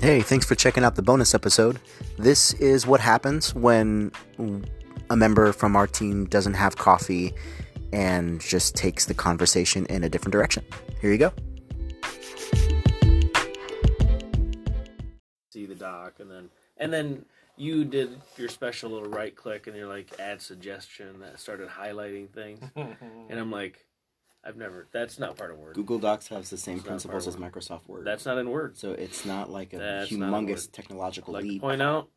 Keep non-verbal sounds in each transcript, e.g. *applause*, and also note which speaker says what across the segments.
Speaker 1: Hey, thanks for checking out the bonus episode. This is what happens when a member from our team doesn't have coffee and just takes the conversation in a different direction. Here you go.
Speaker 2: see the doc and then and then you did your special little right click and you're like add suggestion that started highlighting things and i'm like i've never that's not part of word
Speaker 1: Google Docs has the same
Speaker 2: It's not
Speaker 1: principles as
Speaker 2: part
Speaker 1: Microsoft Word.
Speaker 2: that's not in word
Speaker 1: so it's not like a
Speaker 2: That's not a
Speaker 1: humongous
Speaker 2: word.
Speaker 1: technological
Speaker 2: like to
Speaker 1: leap.
Speaker 2: point out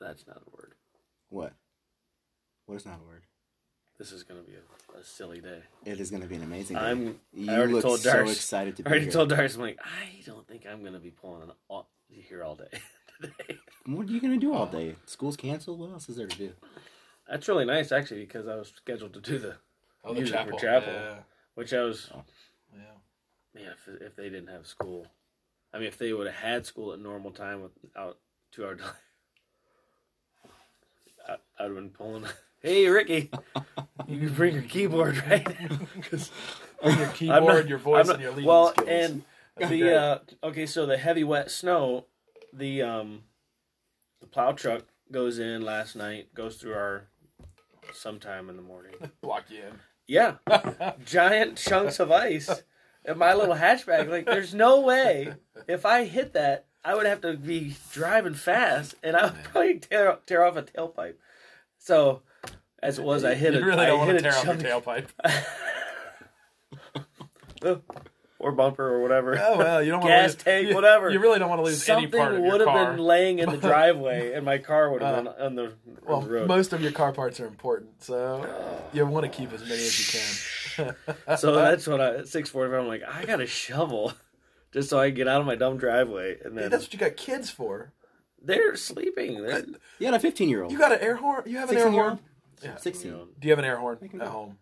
Speaker 2: that's not a word
Speaker 1: What? What is not a word?
Speaker 2: this is going to be a, a silly day
Speaker 1: It is going to be an amazing day.
Speaker 2: i'm
Speaker 1: you
Speaker 2: i already
Speaker 1: look
Speaker 2: told
Speaker 1: so
Speaker 2: darce
Speaker 1: excited to
Speaker 2: i
Speaker 1: be
Speaker 2: already
Speaker 1: here.
Speaker 2: told darce i'm like i don't think i'm going to be pulling an all, here all day *laughs* today
Speaker 1: What are you going to do all day? School's canceled. What else is there to do?
Speaker 2: that's really nice actually because i was scheduled to do the
Speaker 3: Oh, the
Speaker 2: Music for
Speaker 3: chapel.
Speaker 2: chapel.
Speaker 3: Yeah,
Speaker 2: which i was
Speaker 3: *laughs* yeah.
Speaker 2: Man, if, if they didn't have school, I mean, if they would have had school at normal time without two hour delay, I, I'd have been pulling. *laughs* Hey, Ricky, you can bring your keyboard, right? *laughs* 'Cause
Speaker 3: *laughs* Your
Speaker 2: I'm
Speaker 3: keyboard,
Speaker 2: not-
Speaker 3: your voice,
Speaker 2: I'm not-
Speaker 3: and your leading
Speaker 2: well,
Speaker 3: skills. *laughs*
Speaker 2: and
Speaker 3: That'd be
Speaker 2: the
Speaker 3: great.
Speaker 2: uh, okay, so the heavy wet snow, the um, the plow truck goes in last night, goes through our sometime in the morning.
Speaker 3: block you in. *laughs*
Speaker 2: Yeah, giant chunks of ice in my little hatchback. Like, there's no way if I hit that, I would have to be driving fast, and I would probably tear tear off a tailpipe. So, as it was, I hit
Speaker 3: You
Speaker 2: a
Speaker 3: really
Speaker 2: I
Speaker 3: don't want
Speaker 2: hit
Speaker 3: to
Speaker 2: a
Speaker 3: tear off your
Speaker 2: chunk-
Speaker 3: tailpipe.
Speaker 2: or bumper or whatever.
Speaker 3: *laughs* Oh well, you don't want
Speaker 2: Gas
Speaker 3: to
Speaker 2: tank, whatever.
Speaker 3: You really don't want to lose any part of
Speaker 2: Something
Speaker 3: your
Speaker 2: would
Speaker 3: car.
Speaker 2: have been laying
Speaker 3: *laughs*
Speaker 2: in the driveway, and my car would have
Speaker 3: Uh,
Speaker 2: been on the, on
Speaker 3: well,
Speaker 2: the road.
Speaker 3: most of your car parts are important, so *sighs* you want to keep as many as you can.
Speaker 2: so that's when I at six forty five. I'm like, I got a shovel, *laughs* just so I can get out of my dumb driveway, and then
Speaker 3: Dude, that's what you got kids for.
Speaker 2: they're sleeping. They're,
Speaker 1: You got a 15 year old.
Speaker 3: You got an air horn. You have an air
Speaker 1: 16 year
Speaker 3: horn.
Speaker 1: old?
Speaker 3: Yeah.
Speaker 1: 16.
Speaker 2: you know,
Speaker 3: Do you have an air horn
Speaker 1: can
Speaker 3: at
Speaker 1: go.
Speaker 3: home?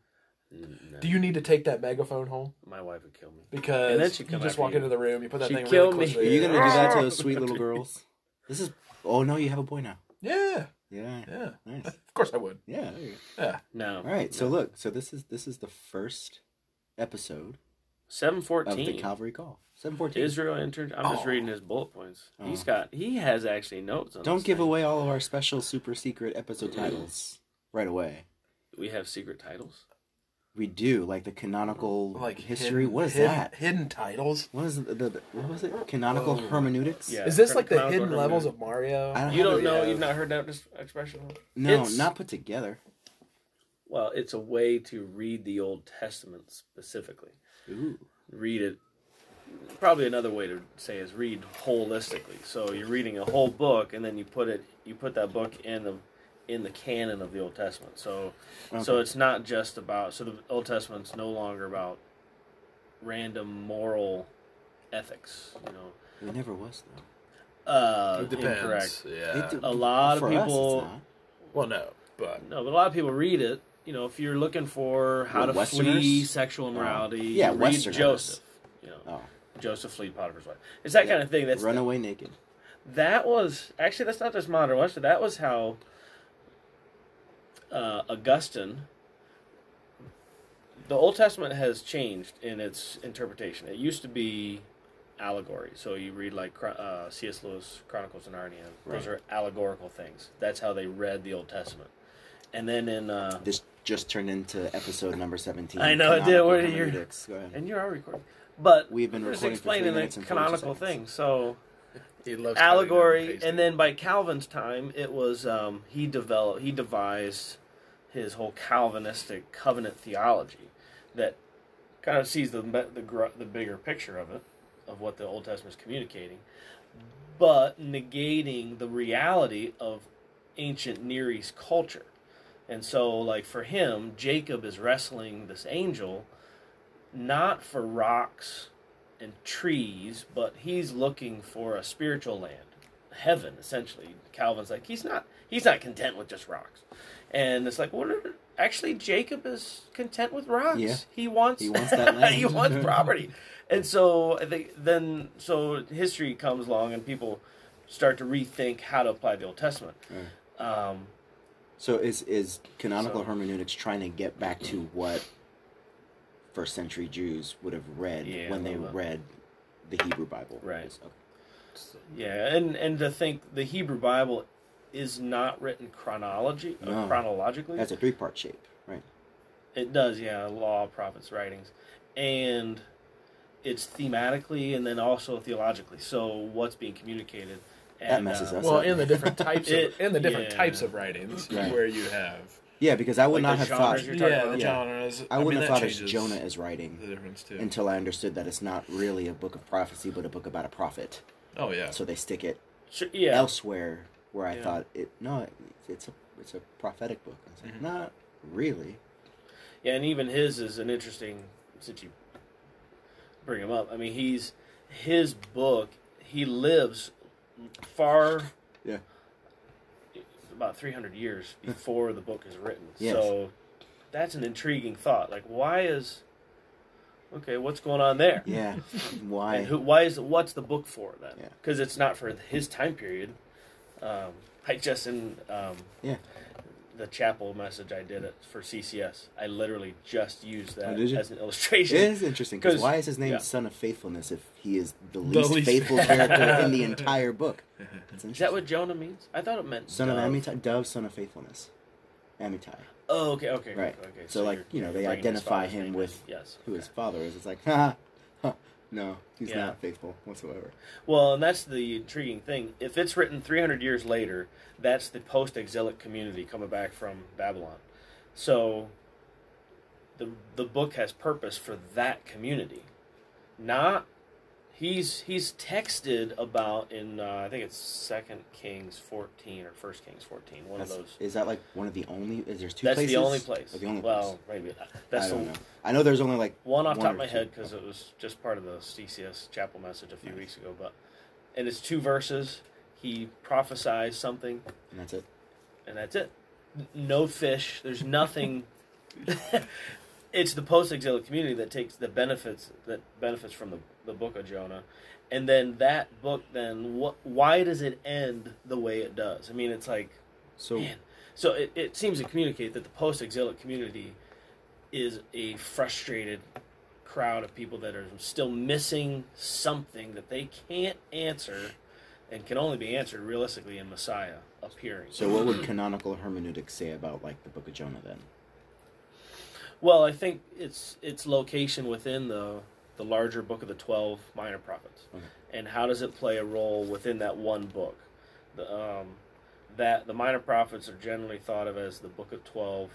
Speaker 2: n- no.
Speaker 3: Do you need to take that megaphone home?
Speaker 2: My wife would kill me.
Speaker 3: Because
Speaker 2: And then she'd
Speaker 3: you
Speaker 2: come
Speaker 3: just
Speaker 2: after
Speaker 3: walk
Speaker 2: you.
Speaker 3: into the room, you put that
Speaker 2: She'd
Speaker 3: thing
Speaker 2: kill
Speaker 3: really
Speaker 2: me.
Speaker 3: close
Speaker 1: Are
Speaker 3: to
Speaker 1: you
Speaker 3: your
Speaker 1: gonna do
Speaker 3: ear.
Speaker 1: that to those sweet
Speaker 2: *laughs*
Speaker 1: little girls? This is. Oh no, you have a boy now.
Speaker 3: Yeah,
Speaker 1: Yeah,
Speaker 3: yeah. *laughs* Of
Speaker 1: nice.
Speaker 3: course I would.
Speaker 1: Yeah. There you go.
Speaker 3: Yeah.
Speaker 2: No.
Speaker 1: All right. So look. So this is this is the first episode
Speaker 2: seven
Speaker 1: of the
Speaker 2: fourteen.
Speaker 1: Calvary Call. Seven fourteen.
Speaker 2: Israel entered. I'm just
Speaker 3: Oh.
Speaker 2: reading his bullet points.
Speaker 1: Oh.
Speaker 2: He's got. He has actually notes. on
Speaker 1: Don't
Speaker 2: this
Speaker 1: give
Speaker 2: thing.
Speaker 1: away all of our special super secret episode titles right away.
Speaker 2: We have secret titles.
Speaker 1: We do like the canonical
Speaker 3: Like
Speaker 1: history.
Speaker 3: hidden-
Speaker 1: what is
Speaker 3: hidden-
Speaker 1: that?
Speaker 3: Hidden titles.
Speaker 1: What is the, the, the what was it? Canonical
Speaker 3: Whoa.
Speaker 1: hermeneutics.
Speaker 2: Oh. Yeah.
Speaker 3: Is this
Speaker 2: Cur-
Speaker 3: like the
Speaker 2: canonical
Speaker 3: hidden
Speaker 2: hermeneutic.
Speaker 3: levels of Mario?
Speaker 1: I don't
Speaker 2: You
Speaker 1: know.
Speaker 2: don't know.
Speaker 3: Yeah.
Speaker 2: You've not heard that dis- expression.
Speaker 1: No,
Speaker 2: It's-
Speaker 1: not put together.
Speaker 2: Well, it's a way to read the Old Testament specifically.
Speaker 1: Ooh.
Speaker 2: Read it. Probably another way to say is read holistically. So you're reading a whole book, and then you put it. You put that book in the in the canon of the Old Testament. So So
Speaker 1: Okay.
Speaker 2: it's not just about. So the Old Testament's no longer about random moral ethics. You know,
Speaker 1: it never was though.
Speaker 2: uh,
Speaker 3: It depends.
Speaker 2: incorrect.
Speaker 3: Yeah.
Speaker 1: It-
Speaker 2: A lot of
Speaker 1: for us, it's
Speaker 2: people-
Speaker 1: not.
Speaker 3: well, no, but
Speaker 2: No, but a lot of people read it. You know, if you're looking for how
Speaker 1: Well,
Speaker 2: to
Speaker 1: Westerners?
Speaker 2: flee sexual immorality,
Speaker 1: yeah,
Speaker 2: you read
Speaker 1: Westerners.
Speaker 2: Joseph. You know,
Speaker 1: Oh,
Speaker 2: Joseph fleed Potiphar's wife. It's that kind of thing. That's
Speaker 1: run away naked.
Speaker 2: that was actually that's not just modern Western. That was how uh, Augustine. The Old Testament has changed in its interpretation. It used to be allegory, so you read like Chron- uh, C.S. Lewis Chronicles of Narnia.
Speaker 1: Right.
Speaker 2: Those are allegorical things. That's how they read the Old Testament. And then in uh,
Speaker 1: This just turned into episode number 17.
Speaker 2: *laughs* I know it did. What are you-
Speaker 1: Hermeneutics. Go ahead.
Speaker 2: and you're all recording, but
Speaker 1: We've been
Speaker 2: we're just
Speaker 1: recording for three
Speaker 2: explaining
Speaker 1: minutes
Speaker 2: the
Speaker 1: and 42
Speaker 2: canonical
Speaker 1: seconds.
Speaker 2: thing. So
Speaker 3: he loves
Speaker 2: allegory, and then by Calvin's time, it was um, he developed he devised his whole Calvinistic covenant theology that kind of sees the the, gr- the bigger picture of it of what the Old Testament is communicating, but negating the reality of ancient Near East culture. And so, like for him, Jacob is wrestling this angel, not for rocks and trees, but he's looking for a spiritual land, heaven essentially. Calvin's like he's not he's not content with just rocks, and it's like what are actually Jacob is content with rocks.
Speaker 1: Yeah.
Speaker 2: He wants
Speaker 1: He wants
Speaker 2: *laughs*
Speaker 1: that land.
Speaker 2: he wants
Speaker 1: *laughs*
Speaker 2: property, and so I think then so history comes along and people start to rethink how to apply the Old Testament. Um,
Speaker 1: So is is canonical
Speaker 2: So-
Speaker 1: hermeneutics trying to get back to what first century Jews would have read
Speaker 2: Yeah,
Speaker 1: when
Speaker 2: a
Speaker 1: they
Speaker 2: little bit.
Speaker 1: read the Hebrew Bible?
Speaker 2: Right.
Speaker 1: Yes, okay.
Speaker 3: books.
Speaker 2: Yeah, and and to think the Hebrew Bible is not written chronology uh,
Speaker 1: No.
Speaker 2: chronologically.
Speaker 1: That's a three part shape, right?
Speaker 2: It does, yeah. Law, prophets, writings, and it's thematically and then also theologically. So what's being communicated? And, uh,
Speaker 1: messes us
Speaker 2: well,
Speaker 3: Well,
Speaker 1: up.
Speaker 3: in the *laughs* different types of
Speaker 2: It-
Speaker 3: in the different
Speaker 2: yeah.
Speaker 3: types of writings
Speaker 1: Right.
Speaker 3: where you have
Speaker 1: Yeah, because I would
Speaker 2: Like
Speaker 1: not
Speaker 2: the
Speaker 1: have
Speaker 2: genres
Speaker 1: thought.
Speaker 2: you're talking
Speaker 3: yeah,
Speaker 2: about-
Speaker 3: the
Speaker 1: yeah.
Speaker 3: genres.
Speaker 1: I
Speaker 3: mean,
Speaker 1: wouldn't
Speaker 3: that
Speaker 1: have thought it's
Speaker 3: changes
Speaker 1: Jonah as writing
Speaker 3: The difference too.
Speaker 1: until I understood that it's not really a book of prophecy, but a book about a prophet.
Speaker 3: oh yeah.
Speaker 1: So they stick it
Speaker 2: sure, yeah,
Speaker 1: elsewhere where I
Speaker 2: Yeah.
Speaker 1: thought it. No, it, it's a it's a prophetic book. I was
Speaker 2: Mm-hmm.
Speaker 1: like, not really.
Speaker 2: yeah, and even his is an interesting since you bring him up. I mean, he's his book. He lives far,
Speaker 1: Yeah.
Speaker 2: about three
Speaker 1: *laughs*
Speaker 2: hundred years before the book is written.
Speaker 1: Yes.
Speaker 2: So that's an intriguing thought. Like, why is okay? What's going on there?
Speaker 1: Yeah. Why?
Speaker 2: And who? Why is what's the book for then?
Speaker 1: Yeah.
Speaker 2: Because it's not for his time period. Um, I just in um,
Speaker 1: Yeah.
Speaker 2: the chapel message I did it for CCS. I literally just used that
Speaker 1: Oh, did you?
Speaker 2: as an illustration.
Speaker 1: It is interesting because
Speaker 2: 'Cause-
Speaker 1: why is his name
Speaker 2: yeah.
Speaker 1: Son of Faithfulness if he is the least,
Speaker 2: *laughs*
Speaker 3: least-
Speaker 1: faithful character in the entire book? That's interesting.
Speaker 2: Is *laughs* that what Jonah means? I thought it meant
Speaker 1: son
Speaker 2: dove.
Speaker 1: of Amitai, Dove, Son of Faithfulness, Amitai,
Speaker 2: Oh, okay, okay,
Speaker 1: right?
Speaker 2: Okay, okay.
Speaker 1: so, like
Speaker 2: you're-
Speaker 1: you know, they
Speaker 2: you're bringing his
Speaker 1: identify
Speaker 2: father's
Speaker 1: him
Speaker 2: name
Speaker 1: with
Speaker 2: in. yes.
Speaker 1: who
Speaker 2: okay.
Speaker 1: his father is. It's like, *laughs* ha, ha, no, he's
Speaker 2: Yeah.
Speaker 1: not faithful whatsoever.
Speaker 2: Well, and that's the intriguing thing. If it's written 300 years later, that's the post-exilic community coming back from Babylon. So the the book has purpose for that community. Not he's he's texted about in uh, I think it's Second Kings 14 or First Kings 14, one
Speaker 1: That's,
Speaker 2: of those.
Speaker 1: is that like one of the only? Is there's two
Speaker 2: That's
Speaker 1: places?
Speaker 2: the only place.
Speaker 1: Or the only
Speaker 2: well,
Speaker 1: place.
Speaker 2: maybe that's
Speaker 1: I don't
Speaker 2: the
Speaker 1: know. I know there's only like
Speaker 2: one off the top
Speaker 1: or
Speaker 2: of my
Speaker 1: two.
Speaker 2: head because it was just part of the CCS chapel message a few
Speaker 1: Nice.
Speaker 2: weeks ago. But and it's two verses. He prophesies something,
Speaker 1: Oh, and that's it.
Speaker 2: and that's it. N- No fish. There's nothing. *laughs* it's the post-exilic community that takes the benefits that benefits from the, the book of Jonah, and then that book. Then what? Why does it end the way it does? I mean, it's like
Speaker 1: So
Speaker 2: Man. So it, it seems to communicate that the post exilic community is a frustrated crowd of people that are still missing something that they can't answer and can only be answered realistically in Messiah appearing.
Speaker 1: so what would canonical hermeneutics say about like the Book of Jonah then?
Speaker 2: well, I think it's its location within the the larger book of the 12 minor prophets.
Speaker 1: Okay.
Speaker 2: And how does it play a role within that one book? The um that the minor prophets are generally thought of as the book of 12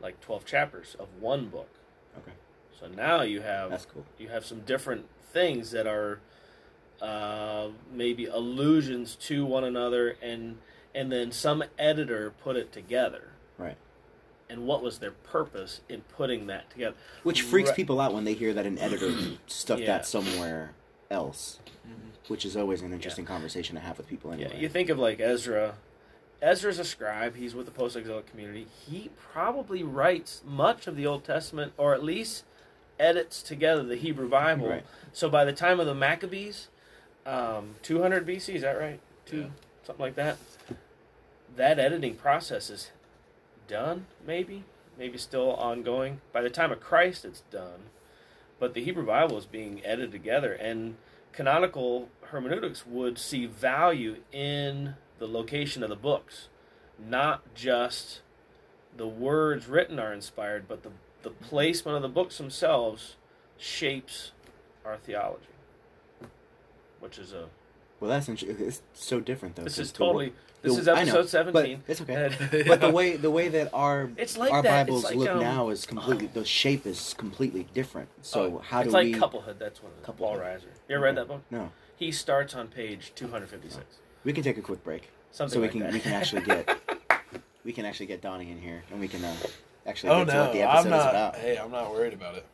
Speaker 2: like 12 chapters of one book.
Speaker 1: Okay,
Speaker 2: So now you have
Speaker 1: that's cool.
Speaker 2: you have some different things that are uh, maybe allusions to one another, and and then some editor put it together.
Speaker 1: Right.
Speaker 2: And what was their purpose in putting that together?
Speaker 1: Which freaks
Speaker 2: Right.
Speaker 1: people out when they hear that an
Speaker 2: *clears throat*
Speaker 1: editor stuck
Speaker 2: Yeah. Mm-hmm.
Speaker 1: that somewhere else, which is always an interesting conversation to have with people anyway.
Speaker 2: Yeah, you think of like Ezra. Ezra's a scribe. He's with the post-exilic community. He probably writes much of the Old Testament, or at least edits together the Hebrew Bible.
Speaker 1: Right.
Speaker 2: So by the time of the Maccabees, um, 200 BC, is that right? Two,
Speaker 3: Yeah.
Speaker 2: something like that. That editing process is done, maybe, maybe still ongoing. By the time of Christ, it's done, but the Hebrew Bible is being edited together, and canonical hermeneutics would see value in the location of the books, not just the words written are inspired, but the, the placement of the books themselves shapes our theology, which is a
Speaker 1: Well, that's interesting. It's so different though.
Speaker 2: this
Speaker 1: 'cause
Speaker 2: is
Speaker 1: the wa-
Speaker 2: totally this
Speaker 1: the-
Speaker 2: is
Speaker 1: I know,
Speaker 2: episode seventeen.
Speaker 1: But it's okay.
Speaker 2: *laughs* And-
Speaker 1: But
Speaker 3: *laughs*
Speaker 1: the way the way that our
Speaker 2: It's like
Speaker 1: our
Speaker 2: that. It's
Speaker 1: Bibles
Speaker 2: like,
Speaker 1: look
Speaker 2: um,
Speaker 1: now is completely the shape is completely different. So
Speaker 2: Oh,
Speaker 1: how do
Speaker 2: it's like
Speaker 1: we?
Speaker 2: couplehood? That's what it is.
Speaker 1: Couplehood.
Speaker 2: Paul Reiser. You ever read that book?
Speaker 1: No,
Speaker 2: He starts on page two hundred fifty-six.
Speaker 1: we can take a quick break Oh. so
Speaker 2: Something
Speaker 1: we
Speaker 2: like
Speaker 1: can
Speaker 2: that.
Speaker 1: we can
Speaker 2: *laughs*
Speaker 1: actually get we can actually get Donnie in here and we can uh, actually
Speaker 3: Oh
Speaker 1: get to
Speaker 3: no,
Speaker 1: what the
Speaker 3: I'm
Speaker 1: episode is
Speaker 3: not.
Speaker 1: about.
Speaker 3: Hey, I'm not worried about it.